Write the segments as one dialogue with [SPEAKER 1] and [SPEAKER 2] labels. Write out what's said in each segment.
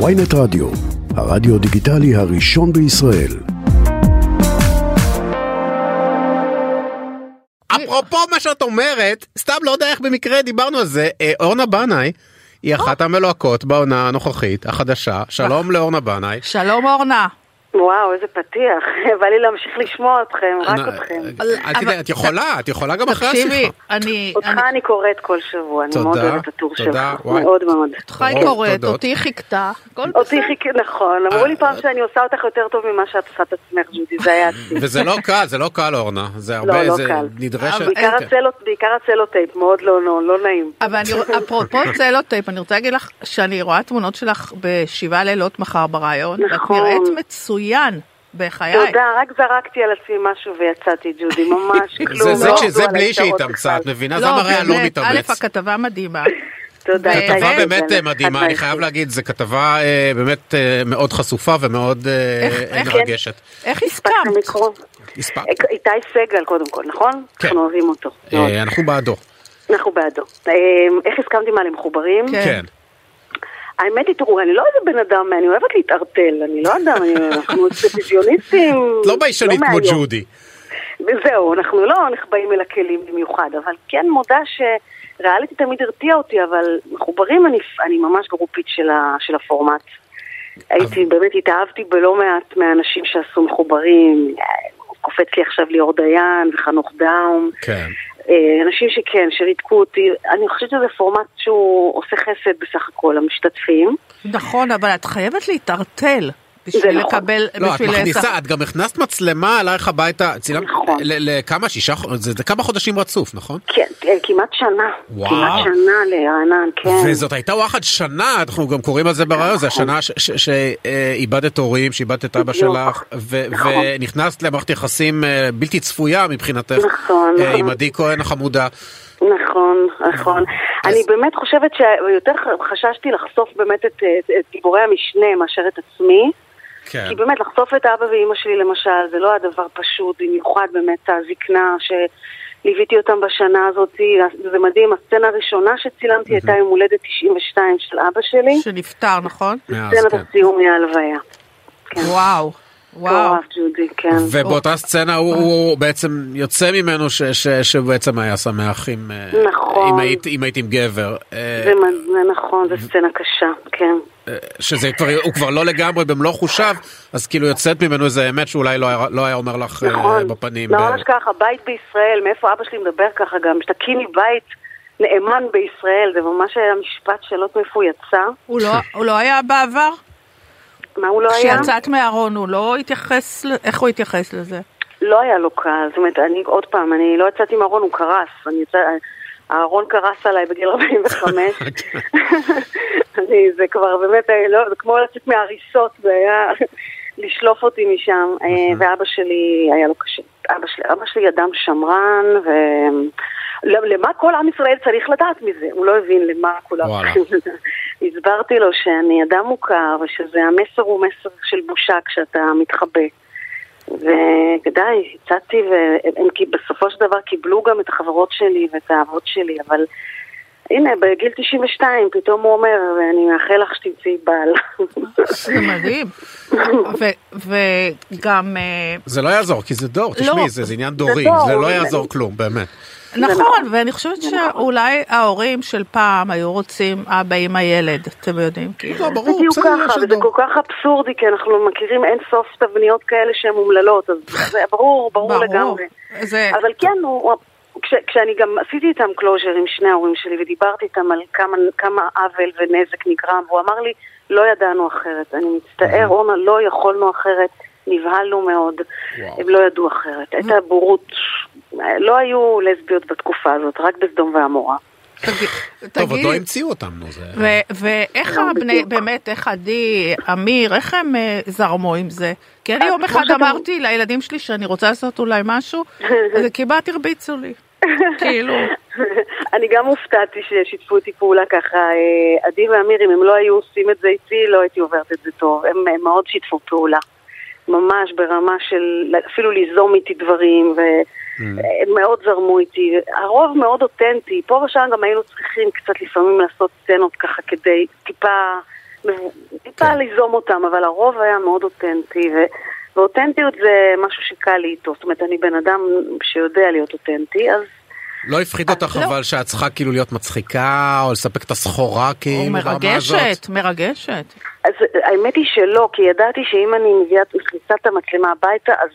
[SPEAKER 1] ויינט רדיו, הרדיו דיגיטלי הראשון בישראל.
[SPEAKER 2] אפרופו מה שאת אומרת, סתם לא יודע איך במקרה דיברנו על זה, אה, אורנה בנאי היא אחת המלוהקות בעונה הנוכחית, החדשה, שלום לאורנה בנאי.
[SPEAKER 3] שלום אורנה.
[SPEAKER 4] וואו, איזה פתיח. בא לי להמשיך לשמוע אתכם, רק
[SPEAKER 2] אנ-
[SPEAKER 4] אתכם.
[SPEAKER 2] אל אל
[SPEAKER 3] אבל-
[SPEAKER 2] תדאי, אה, את יכולה, את יכולה גם אחרי
[SPEAKER 3] תקשיבי,
[SPEAKER 2] השיחה.
[SPEAKER 3] אני...
[SPEAKER 4] אותך
[SPEAKER 3] אני-
[SPEAKER 4] אני קוראת כל שבוע, אני
[SPEAKER 2] תודה,
[SPEAKER 4] מאוד אוהבת את הטור
[SPEAKER 2] תודה,
[SPEAKER 4] שלך.
[SPEAKER 2] וואי.
[SPEAKER 4] מאוד מאוד.
[SPEAKER 3] אותך היא
[SPEAKER 2] רוב
[SPEAKER 3] קוראת,
[SPEAKER 2] תודות.
[SPEAKER 3] אותי חיכתה. הכל
[SPEAKER 4] אותי
[SPEAKER 3] בסדר.
[SPEAKER 4] חיכי, נכון, אמרו
[SPEAKER 2] אה,
[SPEAKER 4] לי פעם שאני עושה אותך יותר טוב ממה שאת עושה את עצמך, ג'ודי, זה היה עצמי.
[SPEAKER 2] וזה לא קל, זה לא קל אורנה, זה הרבה,
[SPEAKER 4] לא
[SPEAKER 2] זה
[SPEAKER 4] קל.
[SPEAKER 2] נדרשת.
[SPEAKER 4] בעיקר
[SPEAKER 2] כן.
[SPEAKER 4] הצלו- בעיקר הצלוטייפ, מאוד לא לא- לא נעים.
[SPEAKER 3] אבל אני, רוא- אפרופו צלוטייפ, אני רוצה להגיד לך שאני רואה תמונות שלך בשבעה לילות מחר ברעיון, ואת
[SPEAKER 4] נכון.
[SPEAKER 3] נראית מצוין, בחיי.
[SPEAKER 4] תודה, רק זרקתי על עצמי משהו ויצאתי, ג'ודי, ממש
[SPEAKER 2] זה-
[SPEAKER 4] כלום.
[SPEAKER 2] זה
[SPEAKER 4] לא
[SPEAKER 2] כש- זה
[SPEAKER 4] עבדו
[SPEAKER 2] בלי
[SPEAKER 4] עליי שעות
[SPEAKER 2] שהתאמצה, את
[SPEAKER 4] בכלל.
[SPEAKER 2] מבינה? זה מראה על לא
[SPEAKER 3] באמת,
[SPEAKER 2] מתאמץ.
[SPEAKER 3] א', הכתבה מדהימה.
[SPEAKER 4] תודה.
[SPEAKER 3] כתבה
[SPEAKER 4] אתה
[SPEAKER 2] כתבה
[SPEAKER 4] יודע,
[SPEAKER 2] באמת
[SPEAKER 4] כן, זה
[SPEAKER 2] אה, מדהימה,
[SPEAKER 4] אחד
[SPEAKER 2] אני חייב
[SPEAKER 4] מהיחיד.
[SPEAKER 2] להגיד, זו כתבה אה, באמת אה, מאוד חשופה ומאוד אה,
[SPEAKER 3] איך- איך-
[SPEAKER 2] מרגשת.
[SPEAKER 3] איך
[SPEAKER 4] הספקתם
[SPEAKER 3] הסכמת?
[SPEAKER 4] לקרוא?
[SPEAKER 2] הספקת?
[SPEAKER 4] איתי סגל קודם כל, נכון?
[SPEAKER 2] אה, כן.
[SPEAKER 4] אנחנו אוהבים אותו. מאוד.
[SPEAKER 2] אה, אנחנו בעדו.
[SPEAKER 4] אנחנו בעדו. אמ, איך הסכמתי מה למחוברים?
[SPEAKER 3] כן.
[SPEAKER 2] כן.
[SPEAKER 4] האמת היא, תראו, אני לא איזה בן אדם, אני אוהבת להתערטל, אני לא אדם, אני- אנחנו ספיזיוניסטים.
[SPEAKER 2] את לא ביישנית כמו ג'ודי.
[SPEAKER 4] זהו, אנחנו לא נחבאים אל הכלים במיוחד, אבל כן מודה שריאליטי תמיד הרתיע אותי, אבל מחוברים, אני, אני ממש גרופית של, ה, של הפורמט. הייתי, באמת התאהבתי בלא מעט מהאנשים שעשו מחוברים, אה, קופץ לי עכשיו ליאור דיין וחנוך דאום.
[SPEAKER 2] כן.
[SPEAKER 4] אה, אנשים שכן, שריתקו אותי, אני חושבת שזה פורמט שהוא עושה חסד בסך הכל למשתתפים.
[SPEAKER 3] נכון, אבל את חייבת להתערטל. בשביל
[SPEAKER 4] נכון.
[SPEAKER 3] לקבל,
[SPEAKER 2] לא, את
[SPEAKER 3] בשביל
[SPEAKER 2] מכניסה, את גם הכנסת מצלמה אלייך הביתה, צילמת
[SPEAKER 4] נכון.
[SPEAKER 2] ל- לכמה, שישה, ח- זה זה כמה חודשים רצוף, נכון?
[SPEAKER 4] כן, אה, כמעט שנה.
[SPEAKER 2] וואו.
[SPEAKER 4] כמעט שנה לרענן, כן.
[SPEAKER 2] וזאת הייתה וואחד שנה, אנחנו גם קוראים על זה ברעיון, זה השנה ש- ש- שאיבדת הורים, שאיבדת את אבא
[SPEAKER 4] בדיוק.
[SPEAKER 2] שלך, ו-
[SPEAKER 4] נכון.
[SPEAKER 2] ונכנסת למערכת יחסים אה, בלתי צפויה מבחינתך,
[SPEAKER 4] נכון,
[SPEAKER 2] אה,
[SPEAKER 4] נכון.
[SPEAKER 2] עם עדי כהן החמודה.
[SPEAKER 4] נכון, נכון. אני באמת חושבת שיותר חששתי לחשוף באמת את, את, את גיבורי המשנה מאשר את עצמי.
[SPEAKER 2] כן.
[SPEAKER 4] כי באמת, לחשוף את אבא ואימא שלי למשל, זה לא הדבר פשוט, במיוחד באמת הזקנה שליוויתי אותם בשנה הזאת, זה מדהים, הסצנה הראשונה שצילמתי הייתה יום הולדת 92 של אבא שלי,
[SPEAKER 3] שנפטר, נכון?
[SPEAKER 2] מאז, כן.
[SPEAKER 4] סצנת הסיום מההלוויה. כן.
[SPEAKER 3] וואו, וואו.
[SPEAKER 4] מטורף, ג'ודי, כן.
[SPEAKER 2] ובאותה סצנה הוא-
[SPEAKER 4] נכון.
[SPEAKER 2] הוא בעצם יוצא ממנו ש- ש- שהוא בעצם היה שמח אם אה,
[SPEAKER 4] נכון.
[SPEAKER 2] אם היית- אם היית עם גבר. אה,
[SPEAKER 4] זה מ- זה נכון, זו סצנה קשה, כן.
[SPEAKER 2] שזה כבר, הוא כבר לא לגמרי במלוא חושיו, אז כאילו יוצאת ממנו איזה אמת שאולי לא היה, לא היה אומר לך נכון,
[SPEAKER 4] נכון.
[SPEAKER 2] בפנים.
[SPEAKER 4] ממש ככה, בית בישראל, מאיפה אבא שלי מדבר ככה גם, שתקימי בית נאמן בישראל, זה ממש היה משפט שלא יודעת מאיפה הוא יצא.
[SPEAKER 3] הוא לא- הוא לא היה בעבר?
[SPEAKER 4] מה הוא לא היה?
[SPEAKER 3] כשיצאת מהארון הוא לא התייחס, ל- איך הוא התייחס לזה?
[SPEAKER 4] לא היה לו קל, זאת אומרת, אני עוד פעם, אני לא יצאתי מהארון, הוא קרס. אני יצא, הארון קרס עליי בגיל 45. אני, זה כבר באמת, אה, לא, זה כמו לצאת מההריסות, זה היה לשלוף אותי משם. אה, ואבא שלי, היה לו קשה. אבא שלי, אבא שלי אדם שמרן, ו... ל- למה כל עם ישראל צריך לדעת מזה? הוא לא הבין למה כולם
[SPEAKER 2] וואלה.
[SPEAKER 4] צריכים לדעת. הסברתי לו שאני אדם מוכר, ושזה המסר הוא מסר של בושה כשאתה מתחבא. ודי, הצעתי, והם כי- בסופו של דבר קיבלו גם את החברות שלי ואת האהבות שלי, אבל הנה, בגיל 92 פתאום הוא אומר, אני מאחל לך שתמצאי בעל.
[SPEAKER 3] זה מדהים. ו- וגם, אה,
[SPEAKER 2] זה לא יעזור, כי זה דור, תשמעי,
[SPEAKER 3] לא,
[SPEAKER 2] זה, זה עניין
[SPEAKER 4] זה
[SPEAKER 2] דורי,
[SPEAKER 4] דור,
[SPEAKER 2] זה לא
[SPEAKER 4] זה-
[SPEAKER 2] יעזור כלום, באמת.
[SPEAKER 3] נכון,
[SPEAKER 4] נכון.
[SPEAKER 3] ואני חושבת שאולי ההורים של פעם היו רוצים אבא עם הילד, אתם יודעים, כאילו.
[SPEAKER 2] לא, ברור,
[SPEAKER 4] בדיוק
[SPEAKER 2] בסדר, יש
[SPEAKER 4] ככה,
[SPEAKER 2] עוד
[SPEAKER 4] וזה כל
[SPEAKER 2] דור.
[SPEAKER 4] כך אבסורדי, כי אנחנו מכירים אין סוף תבניות כאלה שהן אומללות, אז זה ברור, ברור לגמרי.
[SPEAKER 3] זה,
[SPEAKER 4] אבל כן, הוא, הוא- כש, כשאני גם עשיתי איתם קלוז'ר עם שני ההורים שלי ודיברתי איתם על כמה, כמה עוול ונזק נגרם, והוא אמר לי, לא ידענו אחרת. אני מצטער, אורנה, לא יכולנו אחרת, נבהלנו מאוד.
[SPEAKER 2] וואו.
[SPEAKER 4] הם לא ידעו אחרת. הייתה בורות, לא היו לסביות בתקופה הזאת, רק בסדום ועמורה.
[SPEAKER 3] תגיד-
[SPEAKER 2] טוב, עוד
[SPEAKER 3] תגיד,
[SPEAKER 2] לא המציאו אותם, נו, זה...
[SPEAKER 3] ו- ואיך
[SPEAKER 4] לא,
[SPEAKER 3] הבני,
[SPEAKER 4] בדיוק.
[SPEAKER 3] באמת, איך עדי, אמיר, איך הם אה, זרמו עם זה? כי אני
[SPEAKER 4] אה,
[SPEAKER 3] יום
[SPEAKER 4] כמו
[SPEAKER 3] אחד
[SPEAKER 4] שאתם-
[SPEAKER 3] אמרתי לילדים שלי שאני רוצה לעשות אולי משהו, אז כמעט הרביצו לי. כאילו,
[SPEAKER 4] אני גם הופתעתי ששיתפו איתי פעולה ככה. אה, עדי ואמיר, אם הם לא היו עושים את זה איתי, לא הייתי עוברת את זה טוב. הם הם מאוד שיתפו פעולה. ממש ברמה של אפילו ליזום איתי דברים, והם מאוד זרמו איתי. הרוב מאוד אותנטי. פה ושם גם היינו צריכים קצת לפעמים לעשות סצנות ככה כדי טיפה טיפה כן. ליזום אותם, אבל הרוב היה מאוד אותנטי, ו... ואותנטיות זה משהו שקל לי איתו. זאת אומרת, אני בן אדם שיודע להיות אותנטי, אז...
[SPEAKER 2] לא הפחיד אותך
[SPEAKER 3] לא.
[SPEAKER 2] אבל שאת צריכה כאילו להיות מצחיקה, או לספק את הסחורה
[SPEAKER 3] או
[SPEAKER 2] כאילו ברמה הזאת?
[SPEAKER 3] מרגשת, מרגשת.
[SPEAKER 4] אז האמת היא שלא, כי ידעתי שאם אני מביאה, מכניסה את המצלמה הביתה, אז,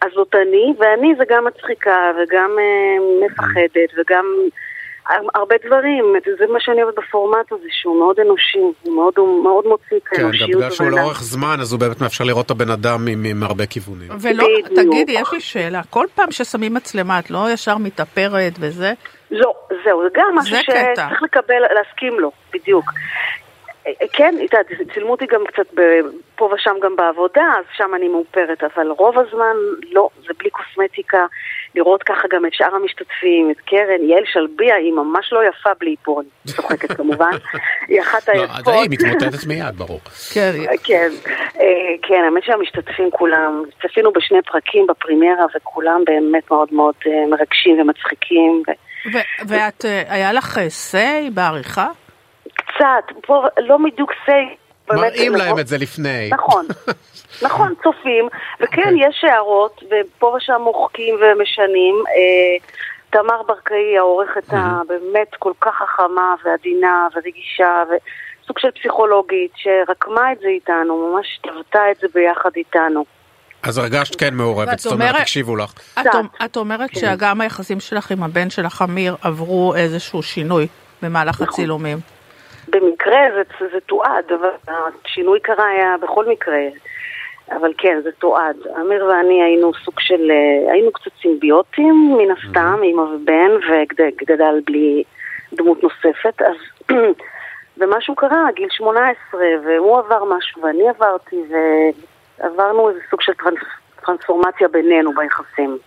[SPEAKER 4] אז זאת אני, ואני זה גם מצחיקה, וגם אה, מפחדת, וגם הר- הרבה דברים. זה מה שאני אוהבת בפורמט הזה, שהוא מאוד אנושי, הוא מאוד, הוא מאוד מוציא את
[SPEAKER 2] כן, גם
[SPEAKER 4] האנושיות.
[SPEAKER 2] בגלל שהוא
[SPEAKER 4] בבן אדם.
[SPEAKER 2] לאורך זמן, אז הוא באמת מאפשר לראות את הבן אדם עם- עם הרבה כיוונים.
[SPEAKER 4] נכון.
[SPEAKER 3] ולא,
[SPEAKER 4] בדיוק.
[SPEAKER 3] תגידי, יש לי שאלה, כל פעם ששמים מצלמה, את לא ישר מתאפרת וזה?
[SPEAKER 4] לא, זהו, זה גם משהו
[SPEAKER 3] זה קטע.
[SPEAKER 4] שצריך לקבל, להסכים לו, בדיוק. אה, אה, כן, את יודעת, צילמו אותי גם קצת ב, פה ושם גם בעבודה, אז שם אני מאופרת, אבל רוב הזמן לא, זה בלי קוסמטיקה, לראות ככה גם את שאר המשתתפים, את קרן, יעל שלביה, היא ממש לא יפה בלי איפור, אני צוחקת כמובן, היא אחת
[SPEAKER 2] לא,
[SPEAKER 4] היפות.
[SPEAKER 2] אז היא
[SPEAKER 4] נכון.
[SPEAKER 2] מתמוטטת מיד, ברור.
[SPEAKER 3] כן,
[SPEAKER 4] כן, אה, כן, האמת שהמשתתפים כולם, צפינו בשני פרקים בפרימיירה וכולם באמת מאוד מאוד אה, מרגשים ומצחיקים. ו...
[SPEAKER 3] ו- ואת, אה, היה לך אה, say בעריכה?
[SPEAKER 4] קצת, פה לא בדיוק סיי.
[SPEAKER 2] מראים להם את זה לפני.
[SPEAKER 4] נכון, נכון, צופים, וכן,
[SPEAKER 2] אוקיי.
[SPEAKER 4] יש הערות, ופה ושם מוחקים ומשנים. אה, תמר ברקאי, העורכת הבאמת כל כך חכמה ועדינה ורגישה, וסוג של פסיכולוגית, שרקמה את זה איתנו, ממש טבתה את זה ביחד איתנו.
[SPEAKER 2] אז הרגשת כן מעורבת,
[SPEAKER 3] ואת
[SPEAKER 2] זאת אומרת,
[SPEAKER 3] אומרת-
[SPEAKER 2] תקשיבו לך.
[SPEAKER 3] את,
[SPEAKER 4] קצת. כן.
[SPEAKER 3] אומ- את אומרת שגם היחסים שלך עם הבן שלך, אמיר, עברו איזשהו שינוי במהלך
[SPEAKER 4] נכון.
[SPEAKER 3] הצילומים.
[SPEAKER 4] במקרה זה, זה תועד, אבל השינוי קרה היה בכל מקרה. אבל כן, זה תועד. אמיר ואני היינו סוג של, אה, היינו קצת סימביוטים, מן הסתם, אימא ובן, וגדל בלי דמות נוספת, אז... ומשהו קרה, גיל 18, והוא עבר משהו ואני עברתי, ועברנו איזה סוג של טרנס, טרנספורמציה בינינו ביחסים.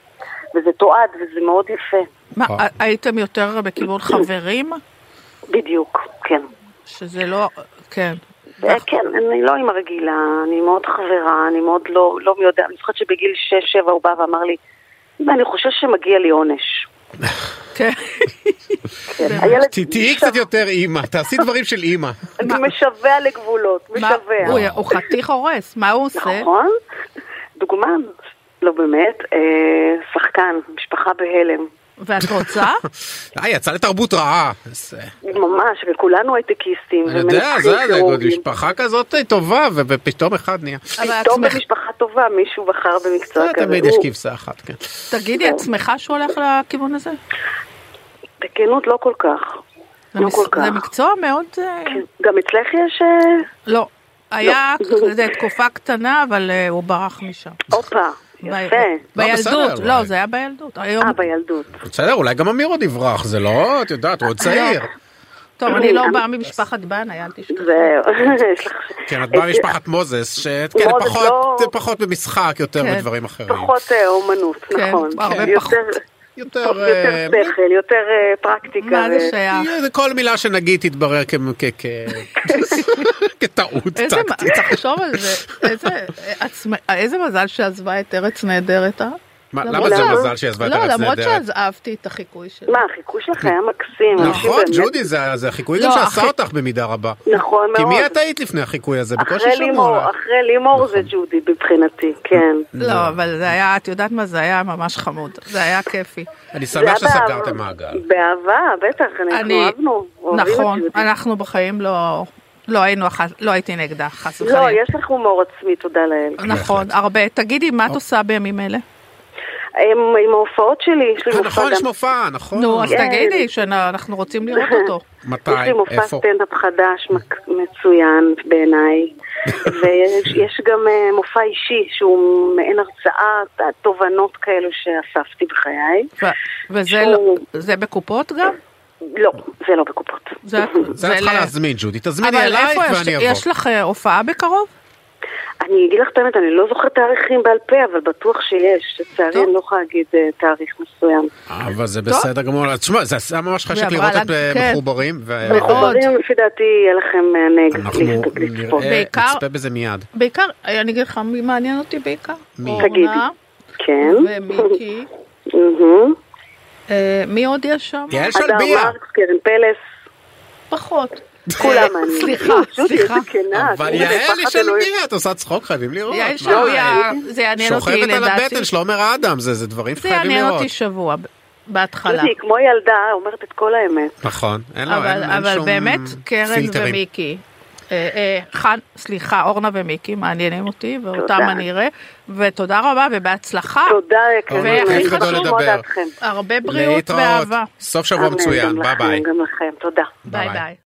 [SPEAKER 4] וזה תועד, וזה מאוד יפה,
[SPEAKER 3] מה,
[SPEAKER 2] אה.
[SPEAKER 3] ה- הייתם יותר בכיוון חברים?
[SPEAKER 4] בדיוק, כן.
[SPEAKER 3] שזה לא, כן.
[SPEAKER 4] אה, כן, אני לא אימא רגילה, אני מאוד חברה, אני מאוד לא, לא מי יודע, אני זוכרת שבגיל 6-7 הוא בא ואמר לי, "אמא, אני חושש שמגיע לי עונש.
[SPEAKER 3] כן.
[SPEAKER 4] כן, הילד
[SPEAKER 2] ת- תהיי קצת יותר אימא, תעשי דברים של אימא.
[SPEAKER 4] משווע לגבולות,
[SPEAKER 3] מה- הוא-
[SPEAKER 4] משווע.
[SPEAKER 3] הוא חתיך הורס, מה הוא עושה?
[SPEAKER 4] נכון? דוגמה, לא באמת, אה, שחקן, משפחה בהלם.
[SPEAKER 3] ואת רוצה?
[SPEAKER 2] אה, יצא לתרבות רעה. אז, אה,
[SPEAKER 4] ממש, וכולנו הייטקיסטים.
[SPEAKER 2] אני יודע,
[SPEAKER 4] ומנתחים
[SPEAKER 2] זה זה-
[SPEAKER 4] כירורגים.
[SPEAKER 2] משפחה כזאת היא טובה, ו- ופתאום אחד נהיה.
[SPEAKER 3] אבל את
[SPEAKER 4] פתאום
[SPEAKER 3] שמח-
[SPEAKER 4] במשפחה טובה מישהו בחר במקצוע
[SPEAKER 2] אה,
[SPEAKER 4] כזה.
[SPEAKER 2] תמיד יש
[SPEAKER 4] הוא-
[SPEAKER 2] כבשה אחת, כן.
[SPEAKER 3] תגידי, את שמחה שהוא הולך לכיוון הזה?
[SPEAKER 4] בכנות לא כל כך.
[SPEAKER 3] זה
[SPEAKER 4] לא
[SPEAKER 3] מס-
[SPEAKER 4] כל כך. כן.
[SPEAKER 3] זה מקצוע מאוד... אה,
[SPEAKER 4] גם אצלך יש... אה,
[SPEAKER 3] לא. היה זה תקופה קטנה, אבל אה, הוא ברח משם.
[SPEAKER 4] הופה, יפה. לא,
[SPEAKER 3] ב- בילדות,
[SPEAKER 2] בסדר,
[SPEAKER 3] לא,
[SPEAKER 2] אולי.
[SPEAKER 3] זה היה בילדות. היום,
[SPEAKER 4] אה, בילדות.
[SPEAKER 2] בסדר, אולי גם אמיר עוד יברח, זה לא, את יודעת, הוא עוד צעיר.
[SPEAKER 3] טוב, אני
[SPEAKER 4] אה,
[SPEAKER 3] לא באה ממשפחת בנאי, אל תשכח.
[SPEAKER 4] זהו, יש לך...
[SPEAKER 2] כן, את באה ממשפחת מוזס, שכן,
[SPEAKER 4] אה, מוזס
[SPEAKER 2] פחות-
[SPEAKER 4] לא-
[SPEAKER 2] פחות במשחק, יותר
[SPEAKER 3] כן.
[SPEAKER 2] בדברים אחרים.
[SPEAKER 4] פחות אה, אומנות,
[SPEAKER 3] כן,
[SPEAKER 4] נכון.
[SPEAKER 3] הרבה
[SPEAKER 4] יותר-
[SPEAKER 3] פחות.
[SPEAKER 2] יותר... אה,
[SPEAKER 4] יותר שכל, יותר אה, פרקטיקה.
[SPEAKER 3] מה זה
[SPEAKER 4] ו-
[SPEAKER 3] שייך?
[SPEAKER 2] אה, כל מילה שנגיד תתברר כ- כ- כ- כטעות
[SPEAKER 3] איזה, מ-
[SPEAKER 2] טקטית.
[SPEAKER 3] תחשוב על זה, איזה, עצמא- איזה מזל שעזבה את ארץ נהדרת, אה?
[SPEAKER 2] מה,
[SPEAKER 3] למרות
[SPEAKER 2] למה זה
[SPEAKER 3] שה-
[SPEAKER 2] מזל שהיא עזבה את ארץ
[SPEAKER 3] לא, למרות
[SPEAKER 2] נהדרת?
[SPEAKER 3] שעזבתי את החיקוי שלה.
[SPEAKER 4] מה, החיקוי שלך היה מקסים. אנשים
[SPEAKER 2] נכון,
[SPEAKER 4] באמת-
[SPEAKER 2] ג'ודי, זה זה החיקוי גם
[SPEAKER 3] לא,
[SPEAKER 2] שעשה
[SPEAKER 3] אחי-
[SPEAKER 2] אותך במידה רבה.
[SPEAKER 4] נכון
[SPEAKER 2] כי
[SPEAKER 4] מאוד.
[SPEAKER 2] מי את היית לפני החיקוי הזה? בקושי
[SPEAKER 4] אחרי
[SPEAKER 2] שמעו
[SPEAKER 4] לימור,
[SPEAKER 2] עלייך.
[SPEAKER 4] אחרי לימור זה
[SPEAKER 2] נכון.
[SPEAKER 4] ג'ודי מבחינתי, כן.
[SPEAKER 3] לא, אבל זה היה, את יודעת מה, זה היה ממש חמוד, זה היה כיפי.
[SPEAKER 2] אני
[SPEAKER 4] זה היה
[SPEAKER 2] שמח
[SPEAKER 4] באהבה-
[SPEAKER 2] שסגרתם מעגל.
[SPEAKER 4] באהבה, בטח, אנחנו
[SPEAKER 3] אני,
[SPEAKER 4] אוהבנו. אוהבים את
[SPEAKER 3] נכון,
[SPEAKER 4] ג'ודי.
[SPEAKER 3] אנחנו בחיים לא, לא היינו, אחת- לא הייתי נגדה, חס
[SPEAKER 4] לא,
[SPEAKER 3] וחלילה.
[SPEAKER 4] יש לך הומור עצמי, תודה לאל.
[SPEAKER 3] נכון, הרבה. תגידי,
[SPEAKER 2] אוקיי.
[SPEAKER 3] מה את עושה בימים אלה?
[SPEAKER 4] עם עם ההופעות שלי, יש לי
[SPEAKER 2] אה,
[SPEAKER 4] מופע
[SPEAKER 2] נכון, יש
[SPEAKER 4] גם
[SPEAKER 2] מופע, נכון.
[SPEAKER 3] נו, אז
[SPEAKER 4] כן.
[SPEAKER 3] תגידי, שאנחנו רוצים לראות אותו.
[SPEAKER 2] מתי?
[SPEAKER 4] יש לי מופע
[SPEAKER 2] איפה?
[SPEAKER 4] סטנדאפ חדש, מק- מצוין בעיניי, ויש יש גם אה, מופע אישי שהוא מעין הרצאה, תובנות כאלו שאספתי בחיי.
[SPEAKER 3] ו- וזה
[SPEAKER 4] שהוא-
[SPEAKER 3] לא- זה בקופות גם?
[SPEAKER 4] לא, זה לא בקופות.
[SPEAKER 3] זה-
[SPEAKER 2] זה את צריכה
[SPEAKER 3] ל-
[SPEAKER 2] להזמין, ג'ודי. תזמיני
[SPEAKER 3] אבל
[SPEAKER 2] אלייך
[SPEAKER 3] איפה יש,
[SPEAKER 2] ואני אבוא.
[SPEAKER 3] יש לך אה, הופעה בקרוב?
[SPEAKER 4] אני אגיד לך את האמת, אני לא זוכרת תאריכים בעל פה, אבל בטוח שיש. לצערי,
[SPEAKER 3] טוב.
[SPEAKER 4] אני לא יכולה להגיד אה, תאריך מסוים.
[SPEAKER 2] אבל זה בסדר גמור. אז תשמע, זה היה ממש חשק
[SPEAKER 3] ועברה
[SPEAKER 2] לראות את
[SPEAKER 3] לג-
[SPEAKER 2] אה,
[SPEAKER 3] כן.
[SPEAKER 2] מחוברים. ו-
[SPEAKER 3] מאוד.
[SPEAKER 4] מחוברים, לפי דעתי, יהיה לכם מענג
[SPEAKER 2] אנחנו
[SPEAKER 4] לצפות.
[SPEAKER 2] נראה,
[SPEAKER 3] בעיקר-
[SPEAKER 2] נצפה בזה מיד.
[SPEAKER 3] בעיקר, אה, אני אגיד לך, מי מעניין אותי בעיקר?
[SPEAKER 2] מי?
[SPEAKER 4] תגידי.
[SPEAKER 3] אורנה
[SPEAKER 4] כן.
[SPEAKER 3] ומיקי.
[SPEAKER 4] מהמם.
[SPEAKER 3] אה, מי עוד יש שם?
[SPEAKER 2] יעל
[SPEAKER 4] הדר
[SPEAKER 2] שלביה.
[SPEAKER 4] מרקס, קרן פלס.
[SPEAKER 3] פחות.
[SPEAKER 4] כולם מעניינים.
[SPEAKER 3] סליחה,
[SPEAKER 4] פשוט, איזה
[SPEAKER 3] סליחה.
[SPEAKER 4] כנה,
[SPEAKER 2] אבל
[SPEAKER 4] תראו, זה
[SPEAKER 2] יעל
[SPEAKER 4] פחד
[SPEAKER 2] יש
[SPEAKER 4] אלוהים.
[SPEAKER 2] אלוהים, את עושה צצחוק, חייבים לראות.
[SPEAKER 3] יעל
[SPEAKER 2] מה?
[SPEAKER 3] שבוע, אה, זה יעניין אותי
[SPEAKER 2] לא, אה, שוכבת על
[SPEAKER 3] לדעתי.
[SPEAKER 2] הבטן של עומר האדם, זה זה דברים
[SPEAKER 3] זה
[SPEAKER 2] שחייבים
[SPEAKER 3] יעניין
[SPEAKER 2] לראות.
[SPEAKER 3] אותי שבוע, בהתחלה.
[SPEAKER 4] תראי, כמו ילדה, אומרת את כל האמת.
[SPEAKER 2] נכון, אין לו,
[SPEAKER 3] אבל,
[SPEAKER 2] אין אין
[SPEAKER 3] אבל
[SPEAKER 2] שום
[SPEAKER 3] באמת קרן
[SPEAKER 2] פילטרים.
[SPEAKER 3] ומיקי, אה, אה, חן, סליחה, אורנה ומיקי מעניינים אותי, ואותם
[SPEAKER 4] תודה.
[SPEAKER 3] אני אראה, ותודה רבה ובהצלחה,
[SPEAKER 4] תודה,
[SPEAKER 2] אורנה,
[SPEAKER 4] יקרים.
[SPEAKER 3] והכי
[SPEAKER 4] אני
[SPEAKER 3] חשוב
[SPEAKER 4] חשוב
[SPEAKER 2] אוקיי, לדבר.
[SPEAKER 4] דעתכם.
[SPEAKER 3] הרבה בריאות
[SPEAKER 2] להתראות.
[SPEAKER 3] ואהבה.
[SPEAKER 2] סוף שבוע
[SPEAKER 4] אמן,
[SPEAKER 2] מצוין,
[SPEAKER 4] גם
[SPEAKER 2] ביי
[SPEAKER 4] לכם,
[SPEAKER 2] ביי.
[SPEAKER 4] גם לכם, תודה.
[SPEAKER 3] ביי
[SPEAKER 2] ביי.
[SPEAKER 3] ביי.